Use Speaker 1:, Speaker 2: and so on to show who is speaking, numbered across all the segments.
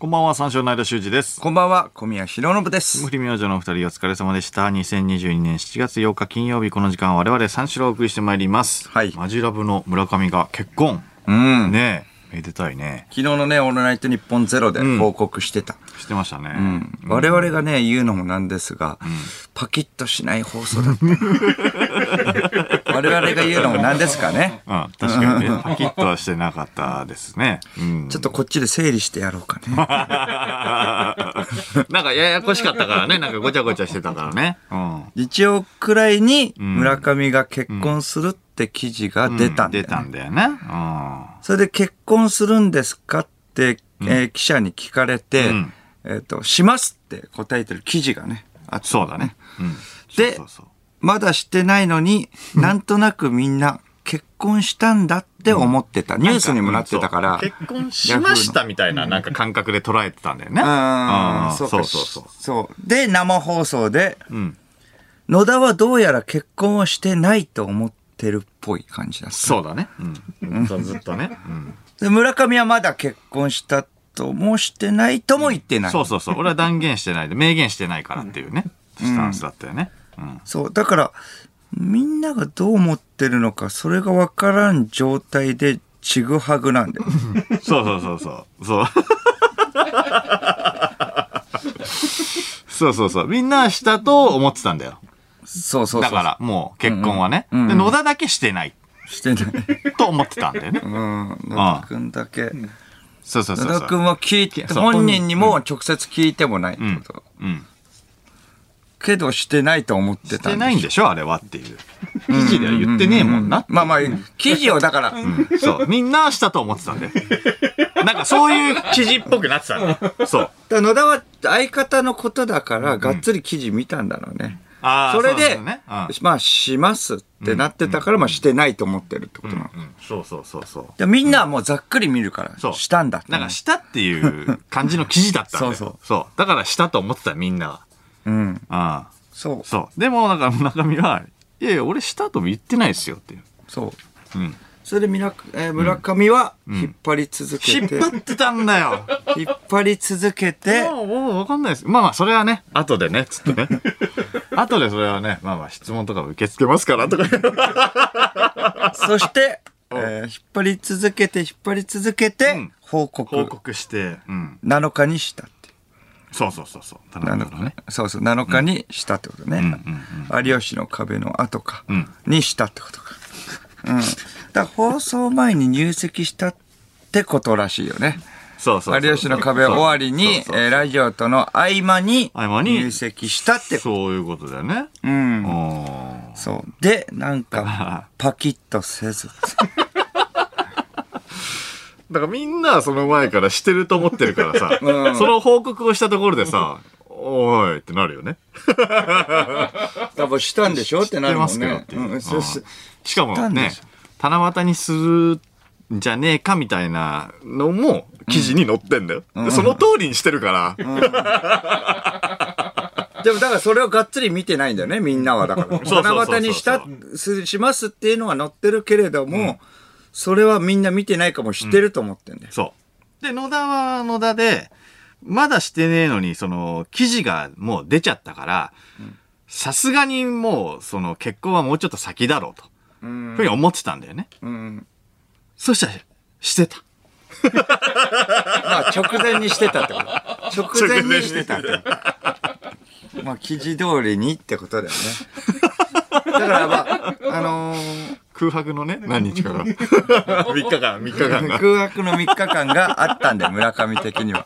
Speaker 1: こんばんは、三四郎の間修二です。
Speaker 2: こんばんは、小宮弘信です
Speaker 1: 無。理明星のお二人お疲れ様でした。2022年7月8日金曜日、この時間は我々三四郎をお送りしてまいります。
Speaker 2: はい
Speaker 1: マジラブの村上が結婚。
Speaker 2: うん。
Speaker 1: ねえ、めでたいね。
Speaker 2: 昨日のね、オールナイト日本ゼロで報告してた。
Speaker 1: してましたね。
Speaker 2: うん我々がね、言うのもなんですが、パキッとしない放送だった。我々が言うのもなんですかね。
Speaker 1: うん、確かにね、パキッとはしてなかったですね。うん。
Speaker 2: ちょっとこっちで整理してやろうかね。
Speaker 1: なんかややこしかったからね、なんかごちゃごちゃしてたからね。うん。
Speaker 2: 日曜くらいに村上が結婚するって記事が 出たんだよね
Speaker 1: 出たんだよね。うん。
Speaker 2: それで結婚するんですかって、えー記者に聞かれて、
Speaker 1: うん
Speaker 2: えっ、と、しますって答えてる記事がね、あった
Speaker 1: そうだね。うん。
Speaker 2: で
Speaker 1: そうそうそう
Speaker 2: まだしてないのに、なんとなくみんな結婚したんだって思ってた。ニュースにもなってたから。
Speaker 1: そう結婚しましたみたいな、なんか感覚で捉えてたんだよね。
Speaker 2: うん
Speaker 1: ん
Speaker 2: そ
Speaker 1: そうう
Speaker 2: か
Speaker 1: そうそう。
Speaker 2: そう。で、生放送で、
Speaker 1: うん。
Speaker 2: 野田はどうやら結婚をしてないと思ってるっぽい感じだった
Speaker 1: そうだね。うん。そうずっとね。うん。
Speaker 2: で村上はまだ結婚したともしてないとも言ってない。
Speaker 1: そうそうそう。俺は断言してないで、明言してないからっていうね、スタンスだったよね。うん。
Speaker 2: そう。だから、みんながどう思ってるのか、それがわからん状態で、ちぐはぐなんだよ。
Speaker 1: そうそうそうそう。そう。そうそうそう。みんなしたと思ってたんだよ。
Speaker 2: そうそうそう。
Speaker 1: だから、もう結婚はね。で、
Speaker 2: んうん
Speaker 1: 野田だけしてない
Speaker 2: してない。
Speaker 1: と思ってたんだよね。
Speaker 2: うん。野田くんだけ。
Speaker 1: そうそうそう
Speaker 2: 野
Speaker 1: そう。
Speaker 2: 田くんは聞いて、
Speaker 1: そう
Speaker 2: 本人にも直接聞いてもないってこと。
Speaker 1: うん。
Speaker 2: けどしてないと思って
Speaker 1: したて
Speaker 2: んで
Speaker 1: ないんでしょあれはっていう。記事では言ってねえもんなっていう
Speaker 2: まあまあ、記事をだから、
Speaker 1: そう。みんなしたと思ってたんで。なんかそういう記事っぽくなってたんで。そう。
Speaker 2: だから野田は相方のことだから、がっつり記事見たんだろうね。
Speaker 1: あー
Speaker 2: それで、
Speaker 1: うなんだよね
Speaker 2: まあ、しますってなってたから、まあ、してないと思ってるってことなの。
Speaker 1: うんうんそうそうそうそう。
Speaker 2: でみんなはもうざっくり見るから、
Speaker 1: そう
Speaker 2: したんだって。
Speaker 1: なんかしたっていう感じの記事だったんだよ。
Speaker 2: そうそう
Speaker 1: そう。だからしたと思ってたみんなが。
Speaker 2: うん。
Speaker 1: ああ。
Speaker 2: そう、
Speaker 1: そう。でもなんか村上は、いやいや、俺したとも言ってないですよっていう。
Speaker 2: そう。
Speaker 1: うん。
Speaker 2: それで村,、えー村上は引っ張り続け、
Speaker 1: 引って張ってたんだよ。
Speaker 2: 引っ張り続けて、
Speaker 1: もう、もうわかんないです。まあまあ、それはね、後でね、つって ね。後でそれはね、まあまあ、質問とかも受け付けますから、と か。
Speaker 2: そして、えー引っ張り続けて、引っ張り続けて、
Speaker 1: うん
Speaker 2: 報告
Speaker 1: 報告して、うん。
Speaker 2: 7日にしたって。
Speaker 1: そうそうそうそう。頼
Speaker 2: な
Speaker 1: む
Speaker 2: の
Speaker 1: からね。
Speaker 2: そうそう、7日にしたってことね。有吉の壁の後か、
Speaker 1: ん
Speaker 2: にしたってことか。うん。だから放送前に入籍したってことらしいよね。
Speaker 1: そうそうそう。
Speaker 2: 有吉の壁終わりに、え
Speaker 1: そうそうそう
Speaker 2: ーラジオとの合間に
Speaker 1: 合間に
Speaker 2: 入籍したってこ
Speaker 1: そういうことだよね。
Speaker 2: と。うん。
Speaker 1: あー
Speaker 2: そう。で、な んか、パキッとせず。
Speaker 1: だからみんなその前からしてると思ってるから さ、
Speaker 2: うん
Speaker 1: その報告をしたところでさ、おいってなるよね。
Speaker 2: 多分したんでしょってな
Speaker 1: 出
Speaker 2: るも
Speaker 1: ます
Speaker 2: んね。
Speaker 1: けどっていう。
Speaker 2: う
Speaker 1: うんん
Speaker 2: そうそう
Speaker 1: しかも
Speaker 2: たんで
Speaker 1: ね
Speaker 2: しょ、
Speaker 1: 七夕にするんじゃねえかみたいなのも記事に載ってんだよ。でその通りにしてるから。
Speaker 2: でもだからそれをがっつり見てないんだよね、みんなは。 だから。
Speaker 1: そうそうそうそう
Speaker 2: 七夕にした、すしますっていうのは載ってるけれども、それはみんな見てないかも知ってると思ってんだよ。
Speaker 1: そう。で、野田は野田で、まだしてねえのに、その、記事がもう出ちゃったから、さすがにもう、その、結婚はもうちょっと先だろうと、
Speaker 2: うん
Speaker 1: ふうに思ってたんだよね。
Speaker 2: うん。
Speaker 1: そしたら、してた。
Speaker 2: まあ直前にしてたってこと。直前にしてたってこと。まあ記事通りにってことだよね。だからまあ、あのー
Speaker 1: 空白のね、何日か が。3日間、3日間 が。
Speaker 2: 空白の3日間があったんで、村上的には。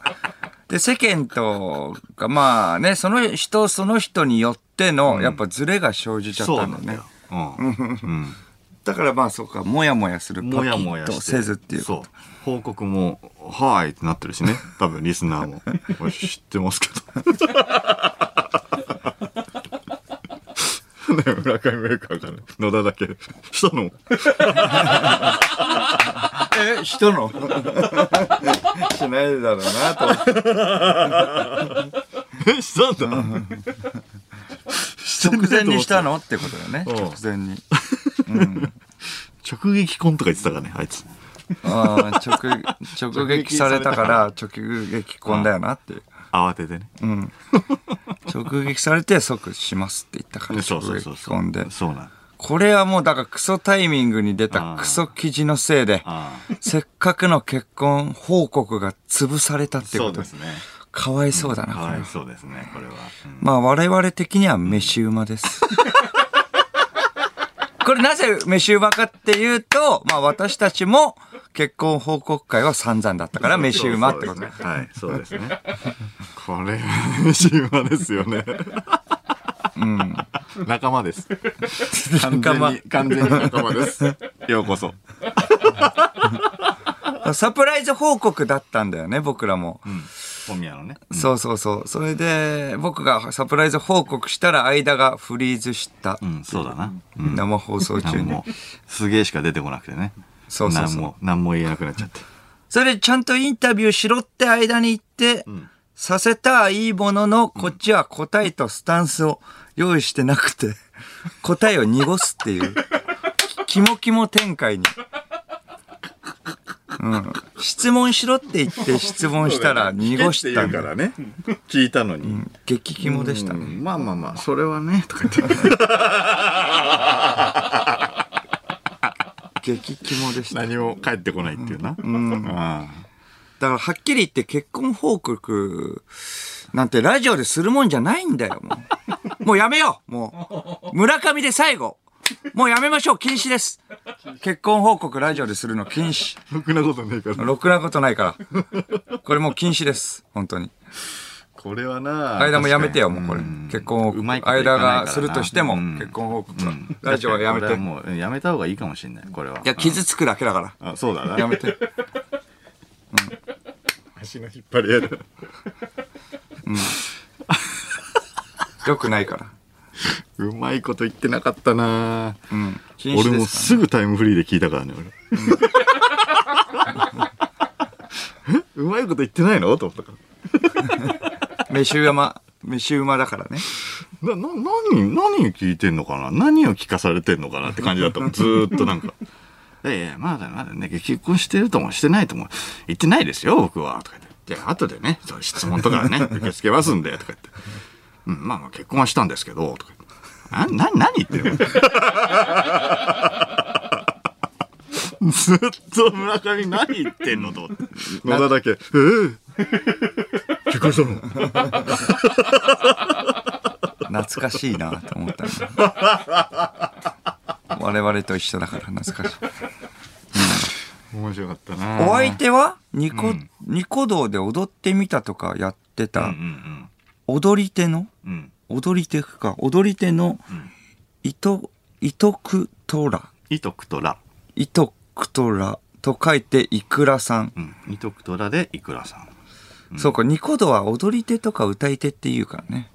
Speaker 2: で、世間とか、まあね、その人その人によっての、やっぱズレが生じちゃっ
Speaker 1: そう
Speaker 2: た
Speaker 1: なんん
Speaker 2: だ
Speaker 1: だ
Speaker 2: ね
Speaker 1: よ。。うん。うん
Speaker 2: だからまあそうか、もやもやするパ
Speaker 1: も
Speaker 2: キ
Speaker 1: やもや
Speaker 2: ッ
Speaker 1: して
Speaker 2: とせずっていう。
Speaker 1: そう報告も「はーい」ってなってるし ね多分リスナーも「俺知ってますけど」ね村上メーカーがね野田だけしたの
Speaker 2: え、人の しないだろうなと思って。
Speaker 1: えしたんだしてねえと思っ
Speaker 2: 直
Speaker 1: て
Speaker 2: 前にしたのってことだよね。
Speaker 1: うん
Speaker 2: 直前に。
Speaker 1: 直撃婚とか言ってたからねあいつ
Speaker 2: ああ直直撃されたから直撃婚だよなっていう。
Speaker 1: 慌ててね。
Speaker 2: うん、直撃されて即しますって言ったから
Speaker 1: そうそ
Speaker 2: 直
Speaker 1: うそう
Speaker 2: 撃
Speaker 1: そう。
Speaker 2: 婚で
Speaker 1: そうなん。
Speaker 2: これはもうだからクソタイミングに出
Speaker 1: あ
Speaker 2: た
Speaker 1: ー
Speaker 2: クソ記事のせいで
Speaker 1: ああ。
Speaker 2: せっかくの結婚報告が潰されたっていう
Speaker 1: そ
Speaker 2: こ
Speaker 1: う
Speaker 2: と
Speaker 1: ですね。
Speaker 2: かわいそうだなこ
Speaker 1: か
Speaker 2: れは
Speaker 1: わいそうですね、これは。うん
Speaker 2: まあ我々的には飯馬です。これなぜ飯馬かっていうと、まあ私たちも結婚報告会は散々だったから飯馬ってこと
Speaker 1: そうですねはい、そうですね。これは飯馬ですよね。うん。仲間です。完全に、完全に仲間です。ようこそ。
Speaker 2: サプライズ報告だったんだよね、僕らも。
Speaker 1: うん。本宮のね。
Speaker 2: そうそうそう。それで僕がサプライズ報告したら間がフリーズした
Speaker 1: う。ん、そうだな。うん。
Speaker 2: 生放送中
Speaker 1: なん
Speaker 2: に
Speaker 1: も。、すげえしか出てこなくてね。
Speaker 2: そうそ
Speaker 1: な
Speaker 2: うそう
Speaker 1: んも、なんも言えなくなっちゃって。
Speaker 2: それちゃんとインタビューしろって間に行って、
Speaker 1: ん
Speaker 2: させたはいいものの、こっちは答えとスタンスを用意してなく て、答えを濁すっていう、キモキモ展開に。うん、質問しろって言って質問したら濁したんだ
Speaker 1: らね。聞いたのに。
Speaker 2: 激キモでしたね。
Speaker 1: まあまあまあ、それはね、とか言って。
Speaker 2: 激キモでした。だか
Speaker 1: 何も返ってこないっていうな。うん。あ
Speaker 2: らはっきり言って結婚報告なんてラジオでするもんじゃないんだよ、も う。もうやめようもう。村上で最後もうやめましょう禁止です結婚報告ラジオでするの禁止。
Speaker 1: あ。ろくなことないから。
Speaker 2: ろくなことないから。これもう禁止です。本当に。
Speaker 1: これはな
Speaker 2: 間もやめてよ、
Speaker 1: 確
Speaker 2: も
Speaker 1: か
Speaker 2: う
Speaker 1: に
Speaker 2: これ
Speaker 1: ん。
Speaker 2: 結婚報告。
Speaker 1: うまいこといかない
Speaker 2: 間
Speaker 1: からな
Speaker 2: がするとしても、
Speaker 1: うん
Speaker 2: 結婚報告は。ラジオはやめて。
Speaker 1: これ
Speaker 2: い
Speaker 1: もうやめた方がいいかもしれない、これは。
Speaker 2: や、傷つくだけだから。
Speaker 1: あ、そうだな。
Speaker 2: やめて。
Speaker 1: 足の引っ張りやる。
Speaker 2: よくないから。
Speaker 1: うまいこと言ってなかったな
Speaker 2: うん。禁止です
Speaker 1: 俺
Speaker 2: から
Speaker 1: もすぐタイムフリーで聞いたからね、 俺。えうまいこと言ってないのと思ったから。
Speaker 2: 飯馬、飯馬だからね。
Speaker 1: な、な、何、何を聞いてんのかな何を聞かされてんのかなって感じだった もん。ずーっとなんか。いやいや、まだまだね、結婚してるともしてないとも言ってないですよ、僕は。とか言って。で、後でね、そう質問とか ね、受け付けますんで、とか言って。うん、まあまあ結婚はしたんですけど、とか言って。な、な、何言って るのずっと村上何言ってんのと思って。野田だけ、ええ 結婚したの
Speaker 2: 懐かしいなと 思ったね我々と一緒だから懐かしい。
Speaker 1: 面白かったな
Speaker 2: お相手はニコ、ニコ動で踊ってみたとかやって
Speaker 1: うんう
Speaker 2: た、
Speaker 1: ん
Speaker 2: 踊り手の、
Speaker 1: うん。うん。
Speaker 2: 踊り手か、踊り手の、いと、いとくとら、
Speaker 1: イトクトラ。
Speaker 2: いとくとらと書いていくらさん。
Speaker 1: うん。イトクトラでイクラさん。
Speaker 2: そうか、ニコ動は踊り手とか歌い手って言うからね。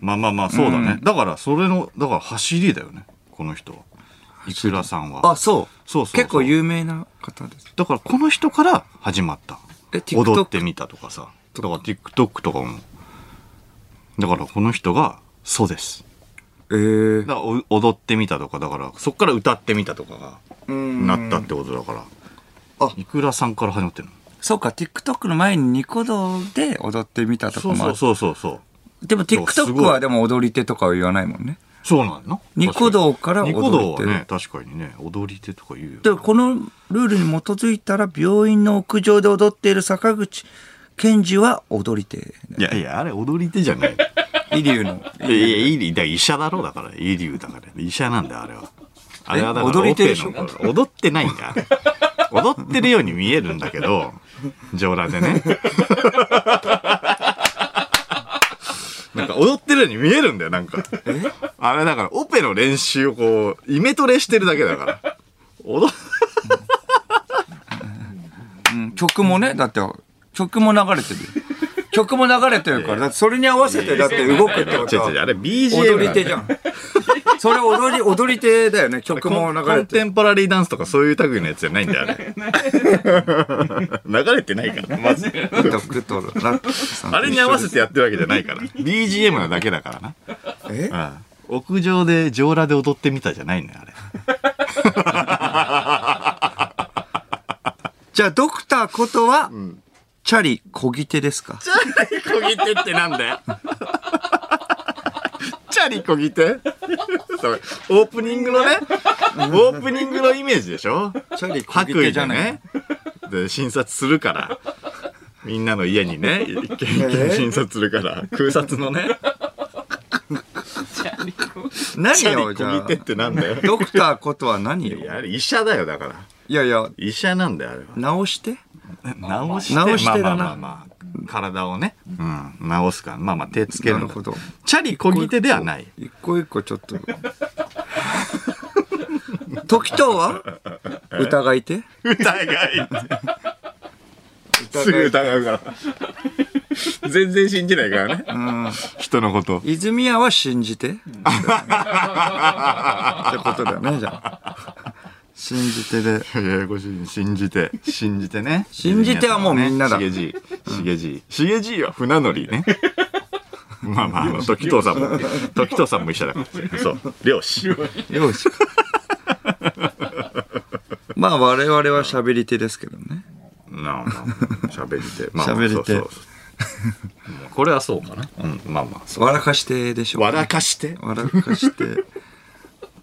Speaker 1: まあまあまあ、そうだね。だから、それの、だから走りだよね。この人は。イクラさんは。
Speaker 2: あ、そう。
Speaker 1: そうそうそう
Speaker 2: 結構有名な方です。
Speaker 1: だから、この人から始まった。
Speaker 2: え TikTok
Speaker 1: 踊ってみたとかさ。だから、TikTok とかも。だから、この人が、そうです。
Speaker 2: えー
Speaker 1: だ。からお、踊ってみたとか、だから、そっから歌ってみたとかが、
Speaker 2: な
Speaker 1: なったってことだから。
Speaker 2: あ
Speaker 1: イクラさんから始まってるの。
Speaker 2: そうか、TikTok の前にニコ動で踊ってみたとか
Speaker 1: そう
Speaker 2: も
Speaker 1: そ
Speaker 2: ある
Speaker 1: う。そうそうそう。
Speaker 2: でも
Speaker 1: そうす
Speaker 2: TikTok
Speaker 1: ごい
Speaker 2: はでも踊り手とかは言わないもんね。
Speaker 1: そうなんだな。
Speaker 2: ニコ動から踊
Speaker 1: ニ
Speaker 2: り手
Speaker 1: コ動はね、確かにね、踊り手とか言うよ。
Speaker 2: で、このルールに基づいたら、病院の屋上で踊っている坂口健二は踊り手。
Speaker 1: いやいや、あれ踊り手じゃ ない。
Speaker 2: イリュウの。
Speaker 1: いやいや、イリだから医者だろうだから、イリュウだから。医者なんだよ、あれは。あれはだから
Speaker 2: 踊り手でしょ
Speaker 1: オペの踊ってないんだよ、あれ踊ってるように見えるんだけど、 上裸でね。 なんか踊ってるように見えるんだよ、なんか。あれだから、オペの練習をこう、イメトレしてるだけだから。踊っ
Speaker 2: うん、曲もね、だって、曲も流れてるよ。曲も流れてるから、だってそれに合わせて、だって動くってこと
Speaker 1: 違う違うあ
Speaker 2: は、
Speaker 1: れ BGM なん
Speaker 2: 踊り
Speaker 1: だ
Speaker 2: 手
Speaker 1: よ
Speaker 2: じゃん。それ踊り、踊り手だよね。曲
Speaker 1: コ
Speaker 2: も
Speaker 1: ン
Speaker 2: 流
Speaker 1: コ
Speaker 2: れ
Speaker 1: ン
Speaker 2: て
Speaker 1: テ
Speaker 2: る。
Speaker 1: ンポラリーダンスとかそういう類のやつじゃ ないんだよ、あれ。 流れてないから、まず。
Speaker 2: TikTok とラッキーさんと
Speaker 1: あれに合わせてやってるわけじゃない から。BGM なだけだから
Speaker 2: え
Speaker 1: な。うん。屋上で上裸で踊ってみたじゃないのよ、あれ。
Speaker 2: じゃあ、ドクターことは、チャリこぎ手で すか
Speaker 1: チャリこぎ手ってなんだよ。チャリこぎ手それオープニングのね、オープニングのイメージでしょ
Speaker 2: チャリこ
Speaker 1: 白
Speaker 2: ぎ手
Speaker 1: 衣
Speaker 2: じゃ
Speaker 1: で
Speaker 2: ない。
Speaker 1: ね、で診察するから。みんなの家にね、一軒一軒診察するから、空撮のね、
Speaker 2: 何
Speaker 1: チャ
Speaker 2: よ、
Speaker 1: リ
Speaker 2: じゃ
Speaker 1: こ
Speaker 2: あ
Speaker 1: ぎ手。ってなんだよ。
Speaker 2: ドクターことは何
Speaker 1: い
Speaker 2: よ。
Speaker 1: や、あれ医者だよ、だから。
Speaker 2: いやいや、
Speaker 1: 医者なんだよ、あれは。
Speaker 2: 直して。
Speaker 1: 直して直して
Speaker 2: まあ
Speaker 1: だな、
Speaker 2: まあまあ
Speaker 1: 体をね、うん、直すからまあまあ手つける
Speaker 2: なんる
Speaker 1: だ
Speaker 2: ほど。
Speaker 1: チャリこぎ手ではない
Speaker 2: 一個一個ちょっと。時藤は疑い手
Speaker 1: 疑いすぐ疑うから全然信じないからね、人のこと
Speaker 2: 泉谷は信じてってことだよね、じゃあ。信じてで。
Speaker 1: ややこしい信じて信じてね
Speaker 2: 信じてはもうみんなだ
Speaker 1: しげじいしげじいしげじいは船乗 りねまあまああの時藤さんも時藤さんも一緒だからそう漁師
Speaker 2: よし。まあ我々は喋り手ですけどね。
Speaker 1: なあまあ喋りてまあ
Speaker 2: 喋り手
Speaker 1: そうそうそうもう これはそうかなうんまあまあそう
Speaker 2: 笑かしてでしょうね、
Speaker 1: 笑かして
Speaker 2: 笑かして。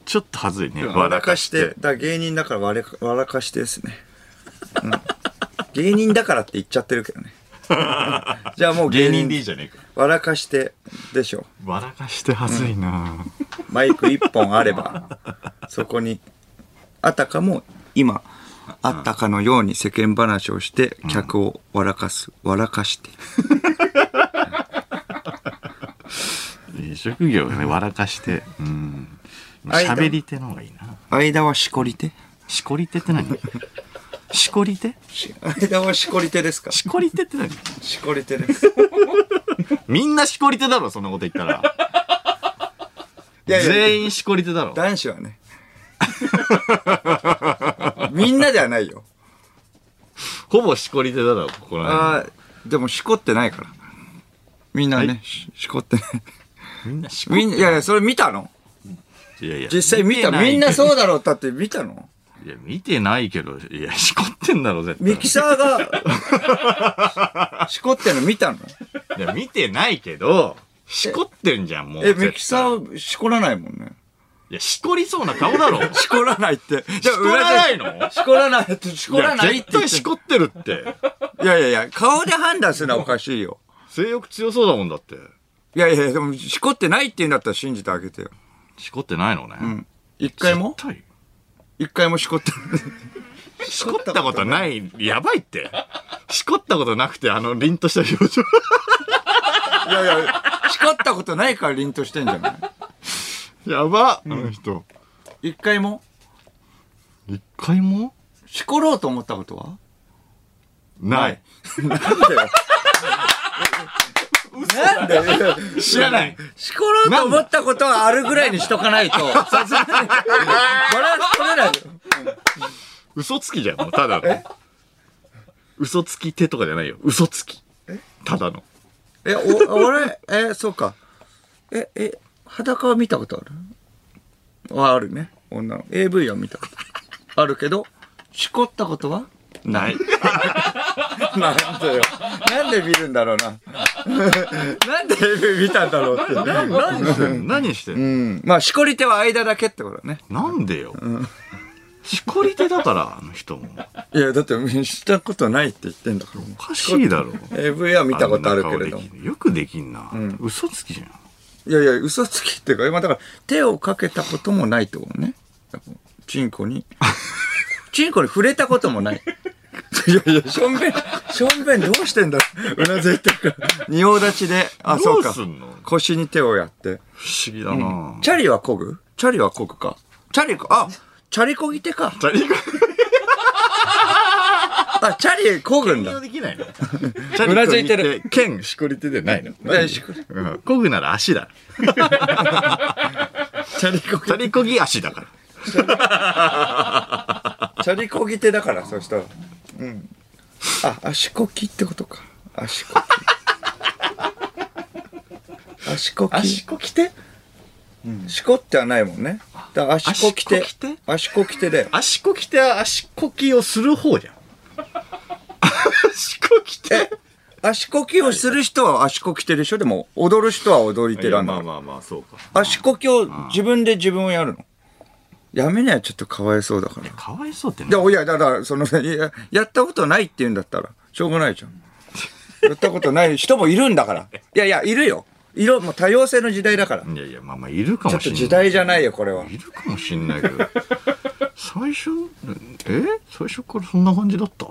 Speaker 1: ちょっとはずいね
Speaker 2: 笑かして。だから芸人だから笑か笑かしてですね、うん芸人だからって言っちゃってるけど ね。じゃあもう
Speaker 1: 芸
Speaker 2: 芸
Speaker 1: 人
Speaker 2: 人
Speaker 1: でいいじゃねえか
Speaker 2: 笑かしてでしょ
Speaker 1: 笑かしてはずいな
Speaker 2: マイク一本あれば、そこに、あたかも今、あったかのように世間話をして、客を笑かす、笑かして。
Speaker 1: いい職業がね笑かしてうん
Speaker 2: 間
Speaker 1: 喋り手の方がいいな
Speaker 2: 間はしこり手
Speaker 1: しこり手って何しこり手
Speaker 2: 間はしこり手ですか
Speaker 1: しこり手って何
Speaker 2: しこり手です。い
Speaker 1: みんなしこり手だろそんなこと言ったら
Speaker 2: やいや
Speaker 1: 全員しこり手だろ
Speaker 2: 男子は ね。みんなではないよ。
Speaker 1: ほぼしこり手だろここら辺
Speaker 2: あーでもしこってないから。みんなね、ししこってない。
Speaker 1: みんなしこ
Speaker 2: みんな、いやいや、それ見たの
Speaker 1: いやいや
Speaker 2: 実際見た。
Speaker 1: てない
Speaker 2: みんなそうだろうだって見たの
Speaker 1: いや見てないけどいやしこってんだろ絶対
Speaker 2: ミキサー が、しこってんの見たの
Speaker 1: いや、見てないけど、しこってんじゃん、もう。
Speaker 2: え、ミキサ
Speaker 1: ー。
Speaker 2: ーしこらないもんね。
Speaker 1: いや、しこりそうな顔だろ。し
Speaker 2: しこらないって。じ
Speaker 1: こらないの
Speaker 2: しこらないって、しこらな
Speaker 1: や
Speaker 2: いって
Speaker 1: 絶対
Speaker 2: 言って
Speaker 1: しこってるって。
Speaker 2: いやいやいや、顔で判断するのはおかしいよ。
Speaker 1: 性欲強そうだもんだって。
Speaker 2: いやいやいや、でも、しこってないって言うんだったら信じてあげてよ。
Speaker 1: しこってないのね。
Speaker 2: うん。一回も
Speaker 1: 絶対
Speaker 2: 一回もしこってない。
Speaker 1: しこったことない。やばいって。しこったことなくて、あの、凛とした表情。
Speaker 2: いやいや、しこったことないから凛としてんじゃない
Speaker 1: やば。あの人。
Speaker 2: 一回も
Speaker 1: 一回も
Speaker 2: しころうと思ったことは
Speaker 1: ない。。
Speaker 2: なんでよ。なんでよ
Speaker 1: 知らない。
Speaker 2: しころうと思ったことはあるぐらいにしとかないと。さすがに。バランス取れないよ。
Speaker 1: 嘘つきじゃん、もう、ただの。嘘つき手とかじゃないよ。嘘つき。ただの。
Speaker 2: え、お、俺、え、そうか。え、え、裸は見たことあるあ、あるね。女の。AV は見たこと。あるけど、しこったことは
Speaker 1: ない。
Speaker 2: なんでよ。なんで見るんだろうな。なんで AV 見たんだろうって。
Speaker 1: 何してんの何してんの
Speaker 2: うん。まあ、しこり手は間だけってことね。
Speaker 1: なんでよ。しこり手だから、あの人も。
Speaker 2: いや、だって、したことないって言ってんだから。
Speaker 1: おかしいだろ。
Speaker 2: AV は見たことあるけれども
Speaker 1: んな顔で。きるよくできんな。嘘つきじゃん。
Speaker 2: いやいや、嘘つきっていうか、今だから手をかけたこともないってことね。チンコ に。チンコに触れたこともない。 いやいや、しょんべん、しょんべんどうしてんだうなずいてるから。仁王立ちで、あ、
Speaker 1: ど
Speaker 2: そううか
Speaker 1: す。んの
Speaker 2: 腰に手をやって。
Speaker 1: 不思議だな。
Speaker 2: チャリはこぐチャリはこぐか。チャリこ、あ、チャリこぎ手か。
Speaker 1: チャリが
Speaker 2: あ、チャリこぐん
Speaker 1: 信用
Speaker 2: だ。
Speaker 1: できないの。チ
Speaker 2: うな
Speaker 1: ャ
Speaker 2: ず
Speaker 1: リ
Speaker 2: いて
Speaker 1: こぎ
Speaker 2: る
Speaker 1: 手剣しこり手でないの。
Speaker 2: やしこり
Speaker 1: うんこぐなら足だ。
Speaker 2: チャリこ
Speaker 1: チャリこぎ足だから。
Speaker 2: チャリこぎ手だから、そしたら。うん。あ、足こきってことか。足 こき。足こき。
Speaker 1: こき手
Speaker 2: しこってはないもんね。だから足こき手
Speaker 1: 足こき手。
Speaker 2: 足こき手だよ。
Speaker 1: 足こき手は足こきをする方じゃん。
Speaker 2: して。足こきをする人は足こきてるでしょでも、踊る人は踊りて
Speaker 1: い
Speaker 2: る
Speaker 1: や
Speaker 2: んだ
Speaker 1: まあ
Speaker 2: から。
Speaker 1: まあまあ、そうか。
Speaker 2: 足こきを自分で自分をやるの。やめなよ、ちょっとかわいそうだから。
Speaker 1: かわいそうってね
Speaker 2: で、。おいや、だから、その、いややったことないって言うんだったら、しょうがないじゃん。やったことない人もいるんだから。いやいや、いるよ。いろ、もう多様性の時代だから。
Speaker 1: いやいや、まあまあ、いるか
Speaker 2: ちょ
Speaker 1: も
Speaker 2: っ
Speaker 1: し
Speaker 2: と
Speaker 1: んない。
Speaker 2: 時代じゃないよ、これは。
Speaker 1: いるかもしんないけど。最初、え最初からそんな感じだった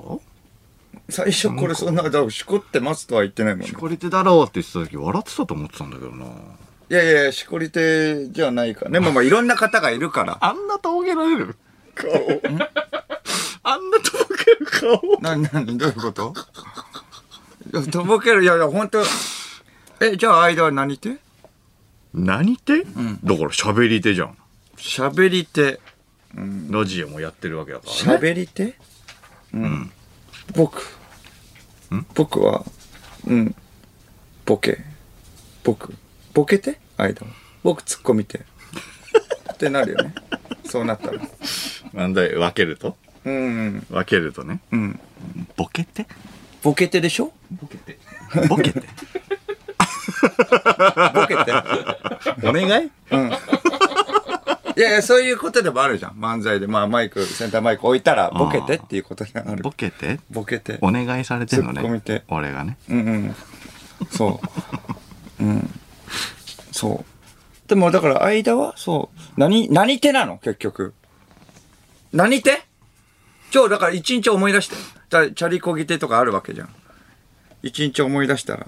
Speaker 2: 最初これそんな、だからしこってますとは言ってないもんね
Speaker 1: し。こりてだろうって言ってた時、笑ってたと思ってたんだけどな。
Speaker 2: いやいや、しこり手じゃないからね。まあまあ、いろんな方がいるから。
Speaker 1: あんなとぼけられる顔。あんなとぼける顔。
Speaker 2: な、な、どういうこといや、とぼける、いやいや、ほんと。え、じゃあ、間は何手
Speaker 1: 何手、だから喋り手じゃん。
Speaker 2: 喋り手。
Speaker 1: ラジオもやってるわけだから、ね。
Speaker 2: 喋り手うん。僕。僕は、うん。ボケ。僕。ボケて間は。僕、ツッコミて。ってなるよね。そうなったら。
Speaker 1: なんだよ、分けると
Speaker 2: うん。
Speaker 1: 分けるとね。
Speaker 2: うん。
Speaker 1: ボケ て
Speaker 2: ボケてでしょ
Speaker 1: ボケて。ボケて。
Speaker 2: ボケて。
Speaker 1: お願い
Speaker 2: いやいや、そういうことでもあるじゃん。漫才で。まあ、マイク、センターマイク置いたら、ボケてっていうことになる
Speaker 1: ボ。ケて
Speaker 2: ボケて。
Speaker 1: お願いされてんの
Speaker 2: ツッコみ手
Speaker 1: ね。俺がね。
Speaker 2: うんうん。そう。うん。そう。でも、だから、間は、そう。何、何手なの結局。何手今日、だから、一日思い出して。だからチャリこぎ手とかあるわけじゃん。一日思い出したら。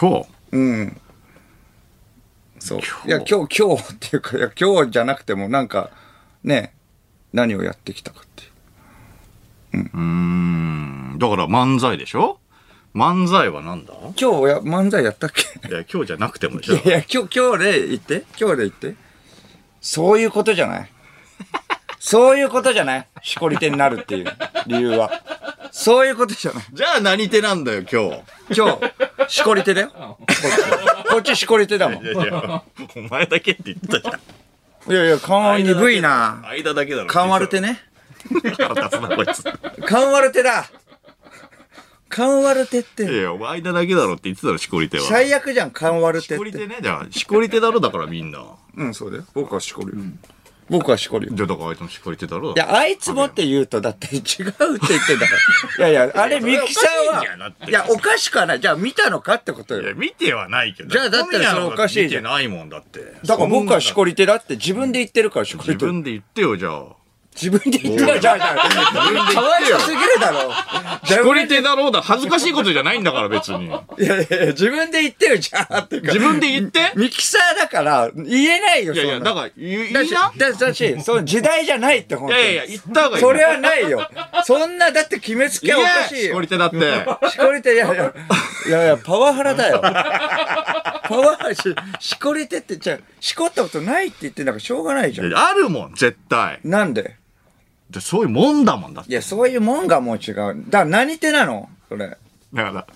Speaker 1: 今日。
Speaker 2: うん。そう。
Speaker 1: 今日
Speaker 2: いや、今日、今日っていうか、いや、今日じゃなくても、なんか、ね、何をやってきたかっていう。
Speaker 1: うーん。だから漫才でしょ漫才はなんだい
Speaker 2: 今日や、漫才やったっけ
Speaker 1: や、今日じゃなくてもでし
Speaker 2: い
Speaker 1: ょ
Speaker 2: やいや、今日、今日で言って今日で言ってそういうことじゃないそういうことじゃないしこり手になるっていう理由は。そういうことじゃない
Speaker 1: じゃあ何手なんだよ、今日。
Speaker 2: 今日、しこり手だよ。 こっち、こっちしこり手だもん。
Speaker 1: い
Speaker 2: い
Speaker 1: やいや、お前だけって言ってたじゃん。
Speaker 2: やいや、顔鈍いな。
Speaker 1: 間だけだろ。
Speaker 2: 顔割る手ね。
Speaker 1: 腹立つな、こいつ。
Speaker 2: 顔割る手だ顔割る手っ
Speaker 1: い
Speaker 2: て、
Speaker 1: やいや、お前間だけだろって言ってたろ、しこり手は。
Speaker 2: 最悪じゃん、顔割る手
Speaker 1: し
Speaker 2: っ
Speaker 1: こり
Speaker 2: て。
Speaker 1: 手ね、じゃあ、しこり手だろ、だからみんな。
Speaker 2: うん、そうだよ。僕はしこり。僕はしこり。
Speaker 1: じゃあ、だからあいつもしこり手だろ。い
Speaker 2: いや、あいつもって言うと、だって違うって言ってんだ から。いやいや、あれ、ミキさん
Speaker 1: いやそれおかしいじゃんだ
Speaker 2: は
Speaker 1: っ、て
Speaker 2: いや、おかしくはない。じゃあ、見たのかってこと
Speaker 1: いや、
Speaker 2: よ。
Speaker 1: 見てはないけど。
Speaker 2: じゃあだったらそれおかしい
Speaker 1: 見
Speaker 2: じゃ
Speaker 1: て
Speaker 2: ん
Speaker 1: ないもんだって。
Speaker 2: だから僕はしこ
Speaker 1: り。
Speaker 2: り手だって、自分で言ってるから、しこ
Speaker 1: 自
Speaker 2: り手。
Speaker 1: 分で言ってよ、じゃあ。
Speaker 2: 自分で言ってるから、じゃあ、じゃあ、かわいそうすぎるだろ。
Speaker 1: しこり手だろうだ、恥ずかしいことじゃないんだから、別 に。
Speaker 2: いやいやいや、自分で言ってるじゃんっていうか
Speaker 1: 自分で言って。
Speaker 2: ミキサーだから、言えないよ、
Speaker 1: いやい
Speaker 2: そ
Speaker 1: や、
Speaker 2: ん
Speaker 1: だ
Speaker 2: な
Speaker 1: から、言い
Speaker 2: だ
Speaker 1: な。
Speaker 2: し
Speaker 1: いや
Speaker 2: だだし、その時代じゃないって、本当に。
Speaker 1: いや、言った方がいい。
Speaker 2: それはないよ。そんな、だって決めつ
Speaker 1: い
Speaker 2: け
Speaker 1: や
Speaker 2: おかしい
Speaker 1: しこ
Speaker 2: よ
Speaker 1: り。手だって。
Speaker 2: しこり手、いやいや、いやいや、パワハラだよ。パワハラし、しこり手って、じゃあしこったことないって言って、なんかしょうがないじゃ
Speaker 1: い
Speaker 2: ん。
Speaker 1: やあるもん、絶対。
Speaker 2: なんで
Speaker 1: でそういうもんだもんだって
Speaker 2: い。や、そういうもんがもう違う。だから何手なのそれ。
Speaker 1: だから。だか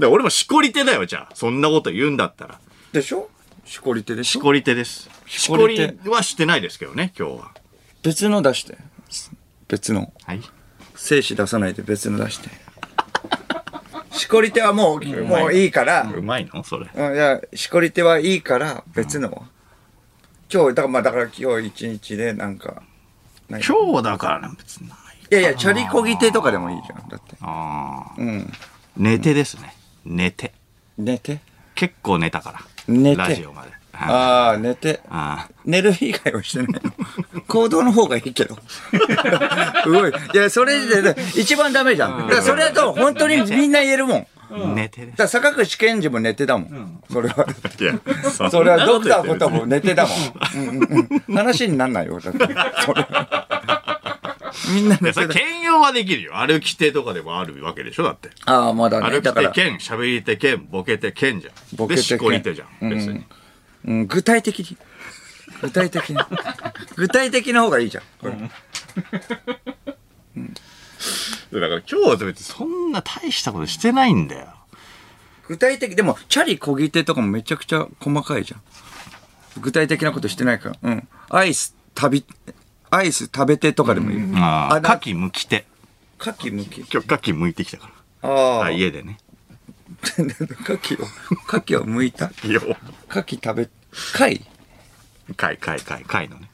Speaker 1: ら俺もしこり手だよ、じゃあ。そんなこと言うんだったら。
Speaker 2: でしょしこり手でし
Speaker 1: し
Speaker 2: ょ
Speaker 1: こり手です。し
Speaker 2: し
Speaker 1: こ
Speaker 2: こり
Speaker 1: り
Speaker 2: 手
Speaker 1: はしてないですけどね、今日は。
Speaker 2: 別の出して。別の。
Speaker 1: はい。
Speaker 2: 精子出さないで別の出して。しこり手はもう、もういいから、
Speaker 1: うまいのそれ。
Speaker 2: うん、いや、しこり手はいいから、別のを。今日、だから、まあ、だから今日一日で、なんか、ない
Speaker 1: 今日だからな、別にない。
Speaker 2: いやいや、チャリこぎ手とかでもいいじゃん。だって。
Speaker 1: ああ。
Speaker 2: うん。
Speaker 1: 寝てですね。寝て。
Speaker 2: 寝て。
Speaker 1: 結構寝たから。
Speaker 2: 寝て
Speaker 1: ラジオまで。あ
Speaker 2: ああ、寝て。
Speaker 1: あ
Speaker 2: 寝る以外はしてない の。行動の方がいいけど。 すごい。いや、それで、一番ダメじゃん。だからそれだと、本当にみんな言えるもん。だか
Speaker 1: ー。寝てです。
Speaker 2: ら坂口健二も寝てだもん。それは。
Speaker 1: いや、
Speaker 2: それはドクター
Speaker 1: こ
Speaker 2: こととも寝てだもん。うんうんうん話になんないよ、だって。それみんな寝
Speaker 1: そ
Speaker 2: て
Speaker 1: れ
Speaker 2: だ。
Speaker 1: 兼用はできるよ。歩き手とかでもあるわけでしょだって。
Speaker 2: ああ、まだね。
Speaker 1: 歩
Speaker 2: だ
Speaker 1: き
Speaker 2: か
Speaker 1: 手
Speaker 2: ら、
Speaker 1: 兼、喋り手兼、ボケ手兼じゃん。
Speaker 2: ボケ
Speaker 1: で、
Speaker 2: 手兼
Speaker 1: しこり手じゃん。別に。
Speaker 2: うん、具体的に。具体的に。具体的な方がいいじゃん。これ
Speaker 1: だから今日は別にそんな大したことしてないんだよ。
Speaker 2: 具体的でもチャリこぎ手とかもめちゃくちゃ細かいじゃん具体的なことしてないからうんアイス旅アイス食べてとかでもいい、
Speaker 1: ああ、
Speaker 2: あな
Speaker 1: 牡蠣剥き手。
Speaker 2: 牡蠣むき。
Speaker 1: 今日、牡蠣剥いてきたか
Speaker 2: あ
Speaker 1: ら。
Speaker 2: あ。
Speaker 1: あ、
Speaker 2: いえ。
Speaker 1: 家でね。
Speaker 2: 牡蠣を、牡蠣を剥いた
Speaker 1: いや、
Speaker 2: 牡蠣食べ、貝
Speaker 1: 貝、貝、貝、貝のね。